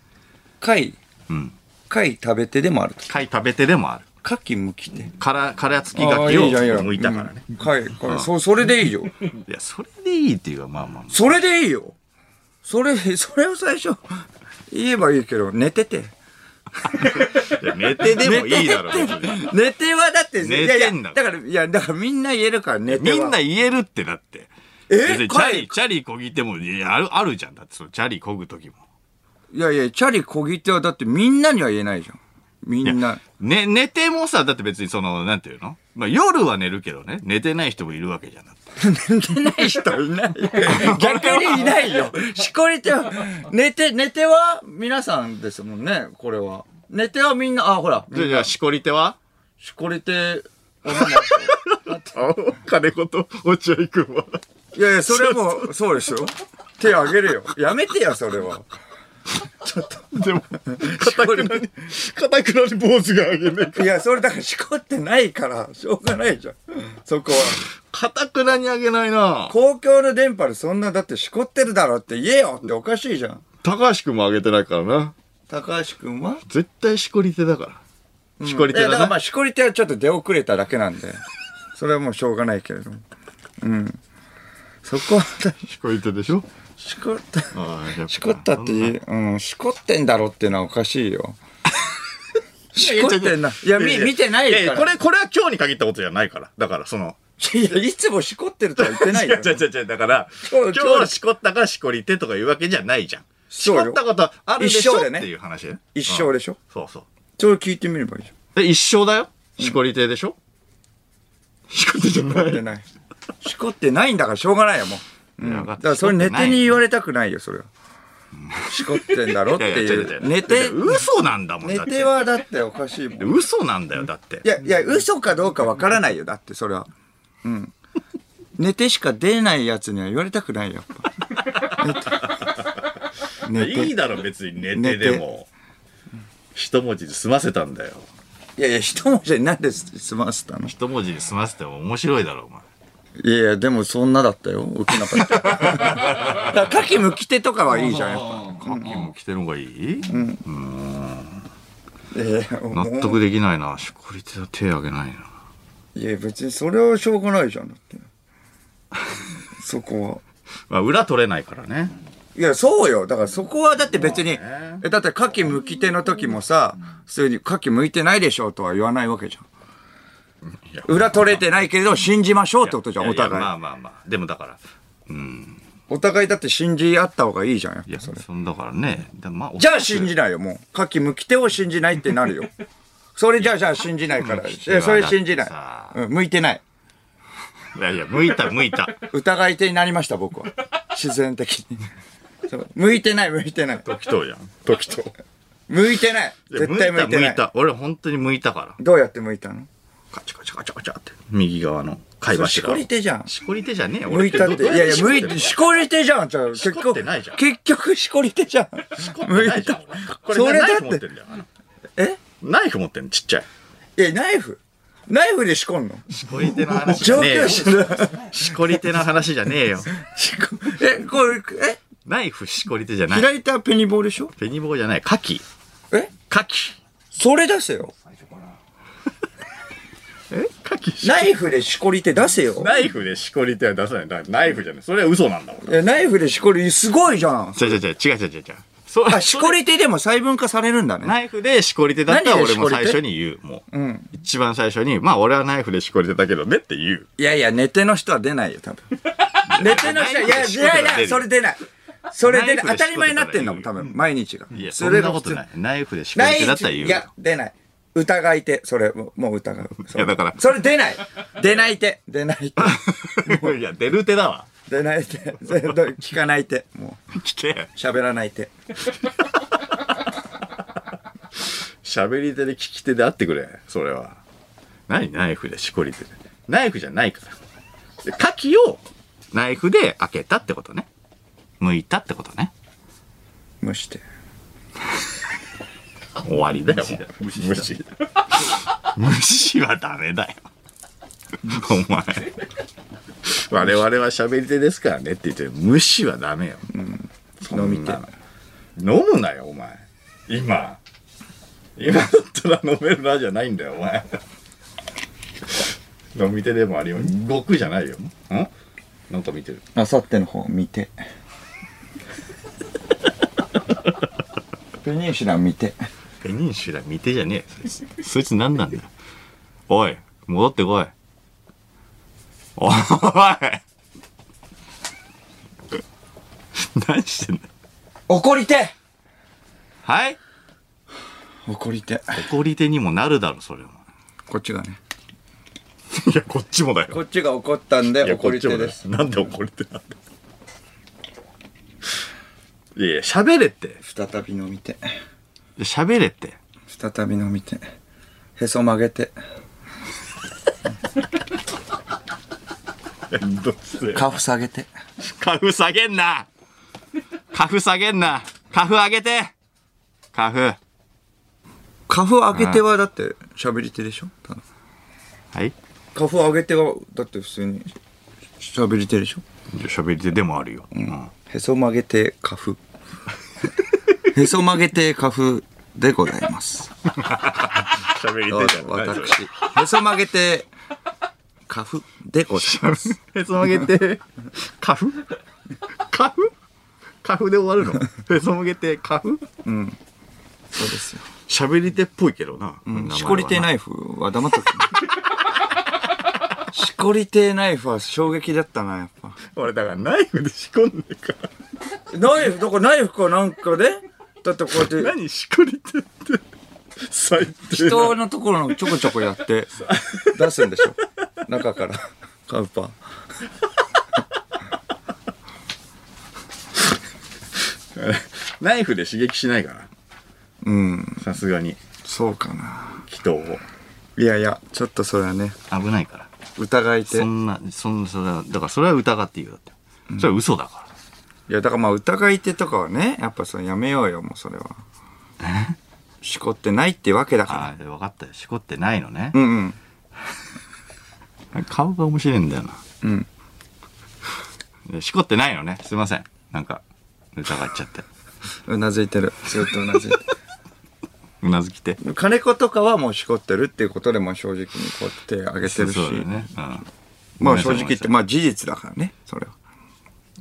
Speaker 2: 貝
Speaker 1: うん。
Speaker 2: 貝食べてでもあると。
Speaker 1: 貝食べてでもある。
Speaker 2: 牡蠣むきって。
Speaker 1: から、から付き牡
Speaker 2: ああ
Speaker 1: 蠣
Speaker 2: い
Speaker 1: を
Speaker 2: いじゃんいいじゃん
Speaker 1: 剥いたからね。
Speaker 2: うん貝、貝、そそれでいいよ。
Speaker 1: いや、それでいいっていうか、まあまあまあ。
Speaker 2: それでいいよ。それ、それを最初、言えばいいけど、寝てて。
Speaker 1: い や 寝てでもいいだろ、別に。
Speaker 2: 寝てはだって、
Speaker 1: 寝てん
Speaker 2: いやいや
Speaker 1: だ
Speaker 2: だから、いや、だからみんな言えるから寝 て
Speaker 1: み
Speaker 2: は。
Speaker 1: んな言えるってだって。別
Speaker 2: え
Speaker 1: にチャ
Speaker 2: 貝
Speaker 1: リ、チャリこぎても、いや、ある、あるじゃん。だって、そのチャリこぐ時も。
Speaker 2: いやいや、チャリこぎ手はだってみんなには言えないじゃん。みんな。
Speaker 1: ね、寝てもさ、だって別にその、なんていうのまあ、夜は寝るけどね、寝てない人もいるわけじゃなくて。
Speaker 2: 寝てない人いない。逆にいないよ。しこり手は、寝て、寝ては皆さんですもんね、これは。寝てはみんな、あ、ほら、
Speaker 1: じゃあじゃあ、しこり手は
Speaker 2: しこり手、
Speaker 1: あ金子と落合くんは。
Speaker 2: いやいや、それはもう、そうでしょ。手あげるよ。やめてや、それは。
Speaker 1: でも、かたくなに、かたくなに坊主があげない。
Speaker 2: いや、それだからしこってないから、しょうがないじゃん。そこは。
Speaker 1: かたくなにあげないな
Speaker 2: 公共の電波でそんな、だってしこってるだろって言えよっておかしいじゃん。
Speaker 1: 高橋くんもあげてないからな。
Speaker 2: 高橋くんは
Speaker 1: 絶対しこり手だから。しこり手
Speaker 2: いやだか
Speaker 1: だ
Speaker 2: ら
Speaker 1: な。
Speaker 2: まあ、しこり手はちょっと出遅れただけなんで、それはもうしょうがないけれども。うん。そこは、
Speaker 1: しこり手でしょ
Speaker 2: しこった、
Speaker 1: ああやぱ
Speaker 2: しこったって言う、うん、しこってんだろっていうのはおかしいよ。しこってんな。いや、み、見てない
Speaker 1: い
Speaker 2: か
Speaker 1: や
Speaker 2: ら。
Speaker 1: いや、これ、これは今日に限ったことじゃないから。だから、その、
Speaker 2: いや、いつもしこってるとは言ってない
Speaker 1: 違
Speaker 2: よ
Speaker 1: う。違う違う、だから、
Speaker 2: 今
Speaker 1: 今
Speaker 2: 日
Speaker 1: 日しこったからしこり手とかいうわけじゃないじゃん。し
Speaker 2: そう
Speaker 1: こ
Speaker 2: よ
Speaker 1: ったことあるでし
Speaker 2: 一
Speaker 1: ょ
Speaker 2: 生で
Speaker 1: っ
Speaker 2: ね
Speaker 1: ていう話ね。
Speaker 2: 一生でしょ
Speaker 1: そうそう。
Speaker 2: それ聞いてみればいいじゃん。
Speaker 1: で、一生だよ。しこり亭でしょ、 しこってじゃな
Speaker 2: しこってない。しこってないんだからしょうがないよ、もう。うん、
Speaker 1: いや
Speaker 2: だ
Speaker 1: 分かった
Speaker 2: からそれ寝てに言われたくないよ、それは。しこってんだろっていう。寝て、
Speaker 1: 嘘なんだもん
Speaker 2: 寝
Speaker 1: だって
Speaker 2: はだっておかしいもん。
Speaker 1: 嘘なんだよ、だって。
Speaker 2: いや、いや、嘘かどうかわからないよ。だって、それは。うん。寝てしか出ないやつには言われたくないよ。やっぱ寝て。寝て。
Speaker 1: いいだろ、別に寝てでも。一文字で済ませたんだよ。
Speaker 2: いやいや、一文字でなんで済ませたの
Speaker 1: 一文字で済ませても面白いだろ、お前。
Speaker 2: いやいや、でもそんなだったよ。受けな かった。だから、牡蠣むき手とかはいいじゃん、やっぱ。
Speaker 1: カキも着てる方がいい、
Speaker 2: ええもう
Speaker 1: 納得できないな。しこり手は手あげないな。
Speaker 2: いや、別にそれはしょうがないじゃん、だって。そこは。
Speaker 1: まあ、裏取れないからね。
Speaker 2: いや、そうよ。だからそこはだって別に、
Speaker 1: まあね
Speaker 2: え、だって牡蠣剥き手の時もさ、普通に牡蠣剥いてないでしょうとは言わないわけじゃ
Speaker 1: いや
Speaker 2: ん。裏取れてないけれど信じましょうってことじゃん、お
Speaker 1: いやま
Speaker 2: 互い。
Speaker 1: あまあまあ。でもだから、うん。
Speaker 2: お互いだって信じ合った方がいいじゃん、やっ
Speaker 1: いや、
Speaker 2: ぱ
Speaker 1: そ
Speaker 2: それ。
Speaker 1: んだからね。でまあ、
Speaker 2: じゃあ信じないよ、もう。牡蠣剥き手を信じないってなるよ。それじゃあじゃあ信じないか ら。
Speaker 1: い
Speaker 2: い
Speaker 1: や
Speaker 2: や、それ信じない
Speaker 1: だっ。て
Speaker 2: うん、剥いてない。
Speaker 1: いやいや、向いた向いた。
Speaker 2: 疑い手になりました、僕は。自然的に。そう向いてない、向いてない。
Speaker 1: 時とじゃん。時と。
Speaker 2: 向いてない。絶対向いて
Speaker 1: 向
Speaker 2: ないい。
Speaker 1: た。俺本当に向いたから。
Speaker 2: どうやって向いたの
Speaker 1: カチャカチャカチャカチャって。右側の貝
Speaker 2: そ
Speaker 1: 柱
Speaker 2: れ
Speaker 1: を。
Speaker 2: しこり手じゃん。
Speaker 1: しこり手じゃねえよ。
Speaker 2: 向いたって。いやいや、向いて、し
Speaker 1: し
Speaker 2: こり手じゃん、じゃあ。結
Speaker 1: しこってないじゃん
Speaker 2: 結局しこり手じゃん。
Speaker 1: こって
Speaker 2: 向
Speaker 1: ない
Speaker 2: い
Speaker 1: じゃん
Speaker 2: た。。
Speaker 1: こ
Speaker 2: そ
Speaker 1: れ
Speaker 2: れだ
Speaker 1: ナイフ持
Speaker 2: っ
Speaker 1: って
Speaker 2: て。
Speaker 1: んだよ。あの
Speaker 2: え
Speaker 1: ナイフ持ってんの、ちっちゃい。
Speaker 2: いや、ナイフ。ナイフでしこんの
Speaker 1: しこり手の話じゃ
Speaker 2: 上
Speaker 1: ねえ
Speaker 2: 級
Speaker 1: よ。
Speaker 2: 者だ。
Speaker 1: しこり手の話じゃねえよ。
Speaker 2: しこえ、これ、え
Speaker 1: ナイフしこり手じゃない。
Speaker 2: 左手はペニボールでしょ
Speaker 1: ペニ棒じゃない。カキ。
Speaker 2: え
Speaker 1: カキ。
Speaker 2: それ出せよ。
Speaker 1: えカキ
Speaker 2: ナイフでしこり手出せよ。
Speaker 1: ナイフでしこり手は出さない。だからナイフじゃない。それは嘘なんだもん。
Speaker 2: いや、ナイフでしこり、すごいじゃん。
Speaker 1: 違う違う違う違う違う違う。そう
Speaker 2: あ、しこり手でも細分化されるんだね。
Speaker 1: ナイフでしこり手だったら
Speaker 2: 何で
Speaker 1: 俺も
Speaker 2: しこ
Speaker 1: 最
Speaker 2: り手
Speaker 1: 初に言う。もう、
Speaker 2: ん
Speaker 1: 一番最初に、まあ俺はナイフでしこり手だけどねって言う。
Speaker 2: いやいや、寝ての人は出ないよ、多 分。寝ての人は、いやいやいや、それ出ない。それ出ない。当たり前になってんだもん、多分。毎日が。
Speaker 1: いや、そ
Speaker 2: そ
Speaker 1: ん
Speaker 2: れ
Speaker 1: な
Speaker 2: が
Speaker 1: こ
Speaker 2: 普
Speaker 1: と
Speaker 2: 通
Speaker 1: ない。ナイフでしこり
Speaker 2: ない
Speaker 1: 手だったら言う。
Speaker 2: いや、出ない。疑い手。それ、もうもう疑う。それ
Speaker 1: いやだから
Speaker 2: それ出ない。出ない手。出ない手。
Speaker 1: いや、出る手だわ。
Speaker 2: 出ない手。それど聞かない手。もう、
Speaker 1: 聞け。
Speaker 2: 喋らない手。
Speaker 1: 喋り手で聞き手であってくれ。それは。何ナイフでしこり手で。ナイフじゃないから。でカキをナイフで開けたってことね。剥いたってことね。
Speaker 2: 蒸して。
Speaker 1: 終わりだよ、もう無視。無視はダメだよ。お前。我々は喋り手ですからねって言って、無視はダメよ。そんな
Speaker 2: 飲みてえ
Speaker 1: 飲むなよ、お前。今。今だったら飲めるなじゃないんだよ、お前。飲み手でもありよ。僕じゃないよ。んなんか見てる。
Speaker 2: あさっての方見 てペニンシュラ見て
Speaker 1: ペニンシュラ見てじゃねえよそいつそいつ何なんだよおい戻ってこいおい何してんだよ
Speaker 2: 怒りて
Speaker 1: はい
Speaker 2: 怒りて
Speaker 1: 怒り手にもなるだろそれは
Speaker 2: こっちがね
Speaker 1: いやこっちもだよ
Speaker 2: こっちが怒ったんで
Speaker 1: いや
Speaker 2: 怒
Speaker 1: こ
Speaker 2: り手
Speaker 1: っちも
Speaker 2: で
Speaker 1: だよ
Speaker 2: す
Speaker 1: なんで怒り手なんだよいやいや喋れって
Speaker 2: 再び飲みて
Speaker 1: 喋れって
Speaker 2: 再び飲みてへそ曲げて
Speaker 1: どうせ
Speaker 2: カフ下げて
Speaker 1: カフ下げんなカフ下げんなカフ上げてカフ
Speaker 2: カフ上げてはだって喋り手でしょただ
Speaker 1: はい
Speaker 2: カフ上げてはだって普通に喋り手でしょ
Speaker 1: 喋り手でもあるよ。うん。
Speaker 2: へそ曲げてカフ へそ曲げてカフでございます
Speaker 1: 喋り
Speaker 2: どう
Speaker 1: 手じ
Speaker 2: ぞ
Speaker 1: ゃない。
Speaker 2: 私へそ曲げてカフでござ います
Speaker 1: へそ曲げて、カフカフカフで終わるの へそ曲げて、カフ
Speaker 2: そうですよ
Speaker 1: 喋り手っぽいけどな。
Speaker 2: しこりてナ
Speaker 1: い。
Speaker 2: イフは黙っと くしこりてナイフは衝撃だったなやっぱ
Speaker 1: 俺だからナイフで仕込んでるから。
Speaker 2: ナイフだからナイフかなんかでだってこう やって
Speaker 1: 何しこり手って。最低な。
Speaker 2: 人のところのちょこちょこやって出すんでしょ中からカウパー
Speaker 1: ナイフで刺激しないから。
Speaker 2: うん
Speaker 1: さすがに。
Speaker 2: そうかな
Speaker 1: 人を。
Speaker 2: いやいやちょっとそれはね
Speaker 1: 危ないから。
Speaker 2: 疑いて
Speaker 1: そんな、そんな、それは、だからそれは疑っていいよ。だって。それは嘘だから。
Speaker 2: いやだからまあ疑い手とかはねやっぱそのやめようよもうそれはしこってないってわけだから
Speaker 1: ああ、分かったよ。しこってないのね
Speaker 2: う。んうん
Speaker 1: 顔が面白いんだよな。
Speaker 2: うん
Speaker 1: でしこってないのね。すいません。なんか、疑っちゃって。
Speaker 2: うなずいてるずっとうなずいて
Speaker 1: うなずきて。
Speaker 2: る金子とかはもうしこってるっていうことでもう正直にこうやって手上げてるし
Speaker 1: そうだよね。うん。
Speaker 2: まあ正直言って
Speaker 1: ま
Speaker 2: まあ事実だからねそれは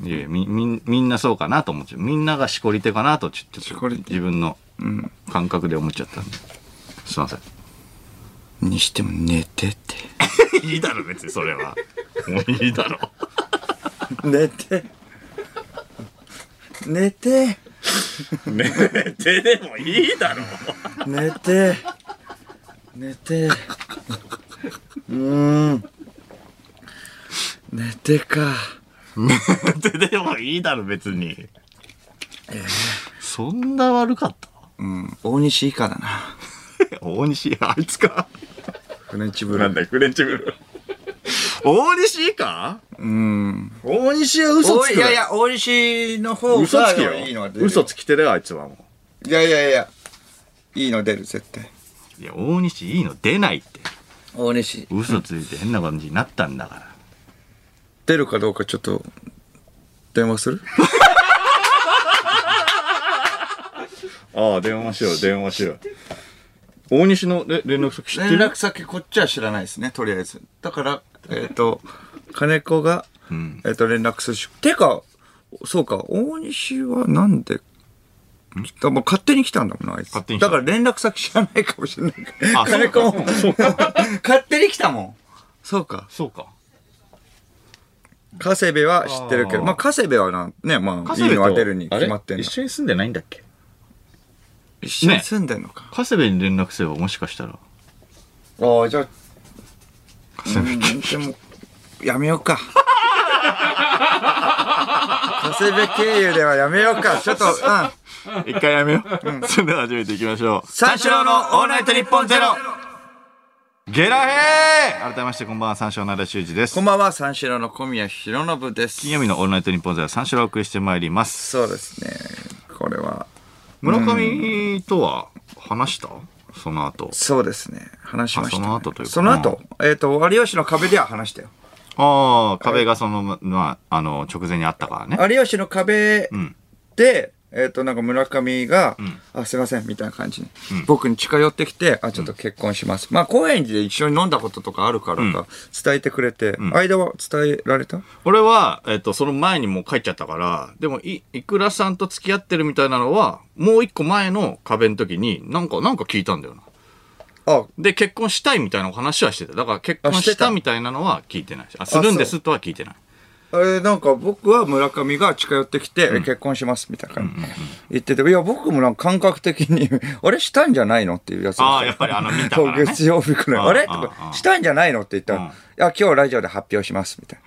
Speaker 2: い
Speaker 1: やいやみ、み、みんなそうかなと思っちゃう。みんながしこり手かなと、ちょち
Speaker 2: し
Speaker 1: ょっ、
Speaker 2: ことり手
Speaker 1: 自分の
Speaker 2: うん
Speaker 1: 感覚で思っちゃったんで。すいません。
Speaker 2: にしても寝てって
Speaker 1: いいだろ、別にそれは。もういいだろ。
Speaker 2: 寝て寝て
Speaker 1: ねえ、手でもいいだろ。
Speaker 2: 寝て寝てうーん寝てか
Speaker 1: 手でもいいだろ、別に。そんな悪かった
Speaker 2: うん大西以下だな
Speaker 1: 大西、あいつか。
Speaker 2: フレンチブ
Speaker 1: なん
Speaker 2: ル
Speaker 1: だよ、フレンチブル。大西以下
Speaker 2: うん
Speaker 1: 大西は嘘つく
Speaker 2: い
Speaker 1: な
Speaker 2: やいや大西の方が
Speaker 1: 嘘つきよ
Speaker 2: いいのは出る
Speaker 1: 嘘つきてるよあいつはも
Speaker 2: いやいやいやいいの出る絶対
Speaker 1: ういや大西いいの出ないって
Speaker 2: 大西
Speaker 1: 嘘ついて変な感じになったんだから
Speaker 2: 出るかどうかちょっと電話する
Speaker 1: ああ電話しよう電話しよう大西のれ連絡先知って
Speaker 2: 連
Speaker 1: る
Speaker 2: 絡先こっちは知らないですねとりあえずだからえっ、と金子が、えっと連絡するしてかそうか大西はなんでだもう勝手に来たんだもんなあいつ
Speaker 1: 勝手に来た
Speaker 2: だから連絡先知らないかもしれないから
Speaker 1: あ
Speaker 2: 金子も
Speaker 1: そうか
Speaker 2: 勝手に来たもんそうか
Speaker 1: そうか
Speaker 2: 加瀬部は知ってるけど
Speaker 1: あー
Speaker 2: まあ加瀬部はなんねまあいいの当てるに決まって
Speaker 1: あれ
Speaker 2: んの
Speaker 1: 一緒に住んでないんだっけ
Speaker 2: 一緒に住んでんのか、
Speaker 1: 長谷部に連絡すればもしかしたら
Speaker 2: ああじゃあうんでもやめようか 長谷部経由ではやめようかちょっとうん
Speaker 1: 一回やめよう、それでは始めていきましょう
Speaker 2: 三四郎のオールナイトニッポンゼロ
Speaker 1: ゲラヘー改めましてこんばんは三四郎の田修二です
Speaker 2: こんばんは三四郎の小宮浩信です
Speaker 1: 金曜日のオールナイトニッポンゼロ三四郎をお送りしてまいります
Speaker 2: そうですねこれは
Speaker 1: 村上とは話したその後。
Speaker 2: そうですね。話しました、ね。
Speaker 1: あその後というか
Speaker 2: その後、えっ、と、有吉の壁では話したよ。
Speaker 1: ああ、壁がその、ままあ、あの、直前にあったからね。
Speaker 2: 有吉の壁
Speaker 1: ん
Speaker 2: で、えっ、と、なんか村上が、
Speaker 1: ん
Speaker 2: あ、すいません、みたいな感じに、僕に近寄ってきて、あ、ちょっと結婚します。まあ、高円寺で一緒に飲んだこととかあるからか、伝えてくれて、間は伝えられた
Speaker 1: 俺は、えっと、その前にもう帰っちゃったから、でも、い、いくらさんと付き合ってるみたいなのは、もう一個前の壁の時に、なんか、なんか聞いたんだよな。
Speaker 2: あ、
Speaker 1: で、結婚したいみたいなお話はしてた。だから、結婚
Speaker 2: あして
Speaker 1: したたみたいなのは聞いてないし、あ、するんですとは聞いてない。
Speaker 2: あれ、なんか僕は村上が近寄ってきて、結婚しますみたいな感じで言ってて、いや、僕もなんか感覚的に、 あれしたんじゃないのっていうやつが
Speaker 1: ああ、やっぱりあの、見たか
Speaker 2: そう
Speaker 1: ら、ね。
Speaker 2: 月曜日くらい。
Speaker 1: ああ
Speaker 2: あれ
Speaker 1: ああ
Speaker 2: と
Speaker 1: あ
Speaker 2: か、
Speaker 1: あ
Speaker 2: したんじゃないのって言ったら、
Speaker 1: うん
Speaker 2: いや、今日ラジオで発表します、みたい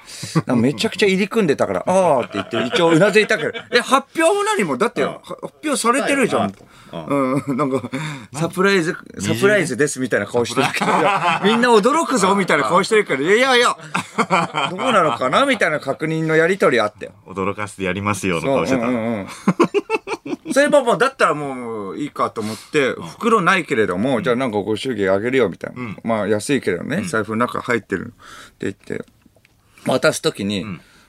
Speaker 2: な。なんかめちゃくちゃ入り組んでたから、ああって言って、一応うなずいた けど、え、発表も何も、だって、は発表されてるじゃん。うん、 なんか、サプライズ、サプライズですみたいな顔してるけど、いやみんな驚くぞみたいな顔してるから、いやいや いや、どうなのかなみたいな確認のやりとりあって。
Speaker 1: 驚かせてやりますよの
Speaker 2: そう
Speaker 1: 顔して
Speaker 2: う
Speaker 1: た。
Speaker 2: んうん うんそういえばもうだったらもういいかと思って、袋ないけれども、じゃあなんかご祝儀あげるよみたいな。まあ安いけれどね、財布の中入ってるって言って、渡すときに、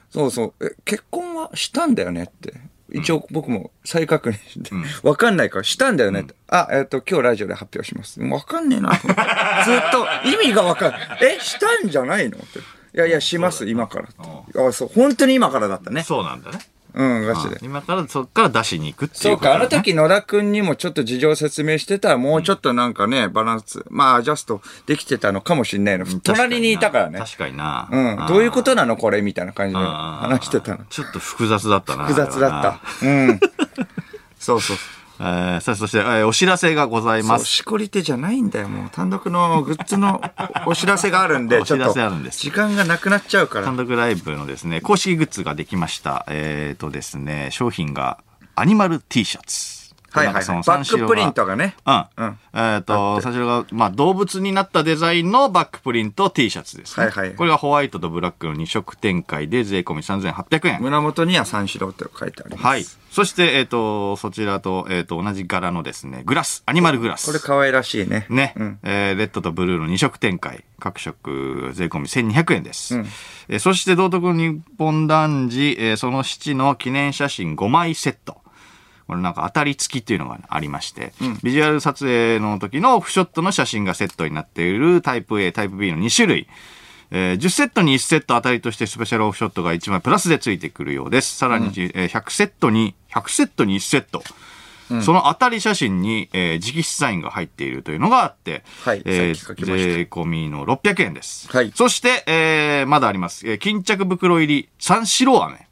Speaker 2: そうそう、え結婚はしたんだよねって。一応僕も再確認して、 わ、かんないからしたんだよねって。あ、えっ、と、今日ラジオで発表します。わかんねえなと思って。ずっと意味がわかんない。え、したんじゃないのって。いやいや、します、今からって。あ、そう、本当に今からだったね。
Speaker 1: そうなんだね。
Speaker 2: うん、ガチで。
Speaker 1: 今から、そっから出しに行くってい
Speaker 2: そうう
Speaker 1: ことだ
Speaker 2: か、あ
Speaker 1: ね
Speaker 2: の時野田くんにもちょっと事情説明してたら、もうちょっとなんかね、バランス、まあ、アジャストできてたのかもしれないの。隣にいたからね。
Speaker 1: 確かにな。
Speaker 2: うん。どういうこととなのこれみたいな感じで話してたの。
Speaker 1: ちょっと複雑だったな。
Speaker 2: 複雑だった。 うん。そうそう。
Speaker 1: た。えー、さあ、そして、えーお知らせがござい
Speaker 2: そ
Speaker 1: ま
Speaker 2: う、
Speaker 1: す。
Speaker 2: しこり手じゃないんだよ、もう。単独のグッズのお知らせがあるんで、
Speaker 1: お
Speaker 2: ちょ
Speaker 1: 知
Speaker 2: っ
Speaker 1: ら
Speaker 2: と
Speaker 1: せあるんで。す
Speaker 2: 時間がなくなっちゃうから
Speaker 1: 単。独ライブのですね、公式グッズができました。えっ、とですね、商品がアニマル T シャツ。
Speaker 2: はいはいはい。
Speaker 1: なん
Speaker 2: バ
Speaker 1: かその三
Speaker 2: ッ
Speaker 1: 四郎が
Speaker 2: クプリントがね。
Speaker 1: うん。
Speaker 2: うん
Speaker 1: えっ、と、最初が、まあ、動物になったデザインのバックプリント T シャツです、ね。
Speaker 2: はいはい
Speaker 1: これがホワイトとブラックの2色展開で税込み3800円。
Speaker 2: 胸元には三四郎って書いてあります。
Speaker 1: はい。そして、えっ、と、そちらと、えっ、と、同じ柄のですね、グラス、アニマルグラス。
Speaker 2: これ可愛らしいね。
Speaker 1: ね、
Speaker 2: うん
Speaker 1: えーレッドとブルーの2色展開各色税込み1200円です、えーそして道徳の日本男児、えーその7の記念写真5枚セットこれなんか当たり付きっていうのがありまして、ビジュアル撮影の時のオフショットの写真がセットになっているタイプ A タイプ B の2種類えー10セットに1セット当たりとしてスペシャルオフショットが1枚プラスでついてくるようです。さらに、えー100セットに、100セットに1セット。その当たり写真に、えー直筆サインが入っているというのがあって、
Speaker 2: はい
Speaker 1: えー
Speaker 2: さっき書きました
Speaker 1: 税込みの600円です。
Speaker 2: はい
Speaker 1: そして、えーまだあります。えー巾着袋入り三四郎飴。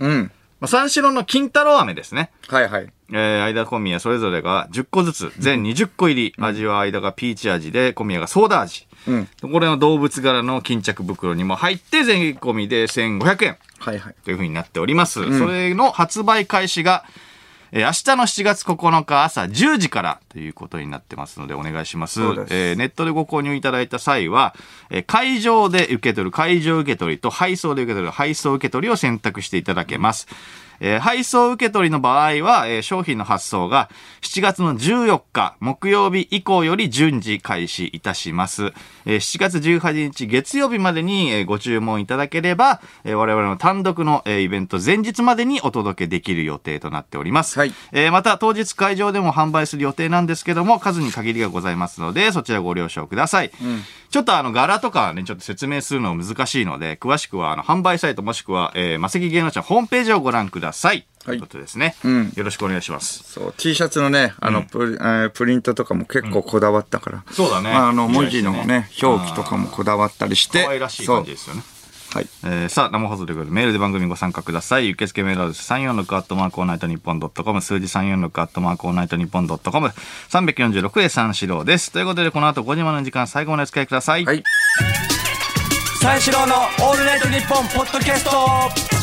Speaker 2: うん。
Speaker 1: まあ、三四郎の金太郎飴ですね。
Speaker 2: はいはい。
Speaker 1: えー、間小宮それぞれが10個ずつ、全20個入り。味は間がピーチ味で、小宮がソーダ味。
Speaker 2: うん。
Speaker 1: これの動物柄の巾着袋にも入って税込みで1500円
Speaker 2: はいはい。
Speaker 1: というふうになっております。それの発売開始が、えー明日の7月9日朝10時からということになってますのでお願いします。
Speaker 2: そうです
Speaker 1: えーネットでご購入いただいた際は、えー会場で受け取る会場受け取りと配送で受け取る配送受け取りを選択していただけます。えー配送受け取りの場合は、えー商品の発送が7月の14日木曜日以降より順次開始いたします。えー7月18日月曜日までに、えーご注文いただければ、えー我々の単独の、えーイベント前日までにお届けできる予定となっております。
Speaker 2: はい
Speaker 1: えーまた当日会場でも販売する予定なんですけども数に限りがございますのでそちらご了承ください、ちょっとあの柄とかはねちょっと説明するの難しいので詳しくはあの販売サイトもしくは、えー、魔石芸能社ホームページをご覧ください、
Speaker 2: はい
Speaker 1: ということですね、
Speaker 2: ん
Speaker 1: よろしくお願いします
Speaker 2: そう、T シャツのね、あの、プリ,、えープリントとかも結構こだわったから。
Speaker 1: そうだね
Speaker 2: まあ、あの、文字のね、表記とかもこだわったりして。
Speaker 1: 可愛らしい感じですよね
Speaker 2: そう。はい。
Speaker 1: えーさあ、生放送ということで、メールで番組ご参加ください。受付メールアドレス346アットマークオールナイトニッポンドットコム、数字346アットマークオールナイトニッポンドットコム、346で三四郎です。ということで、この後5時までの時間、最後までお付き合いください。
Speaker 2: はい。三四郎のオールナイトニッポンポッドキャスト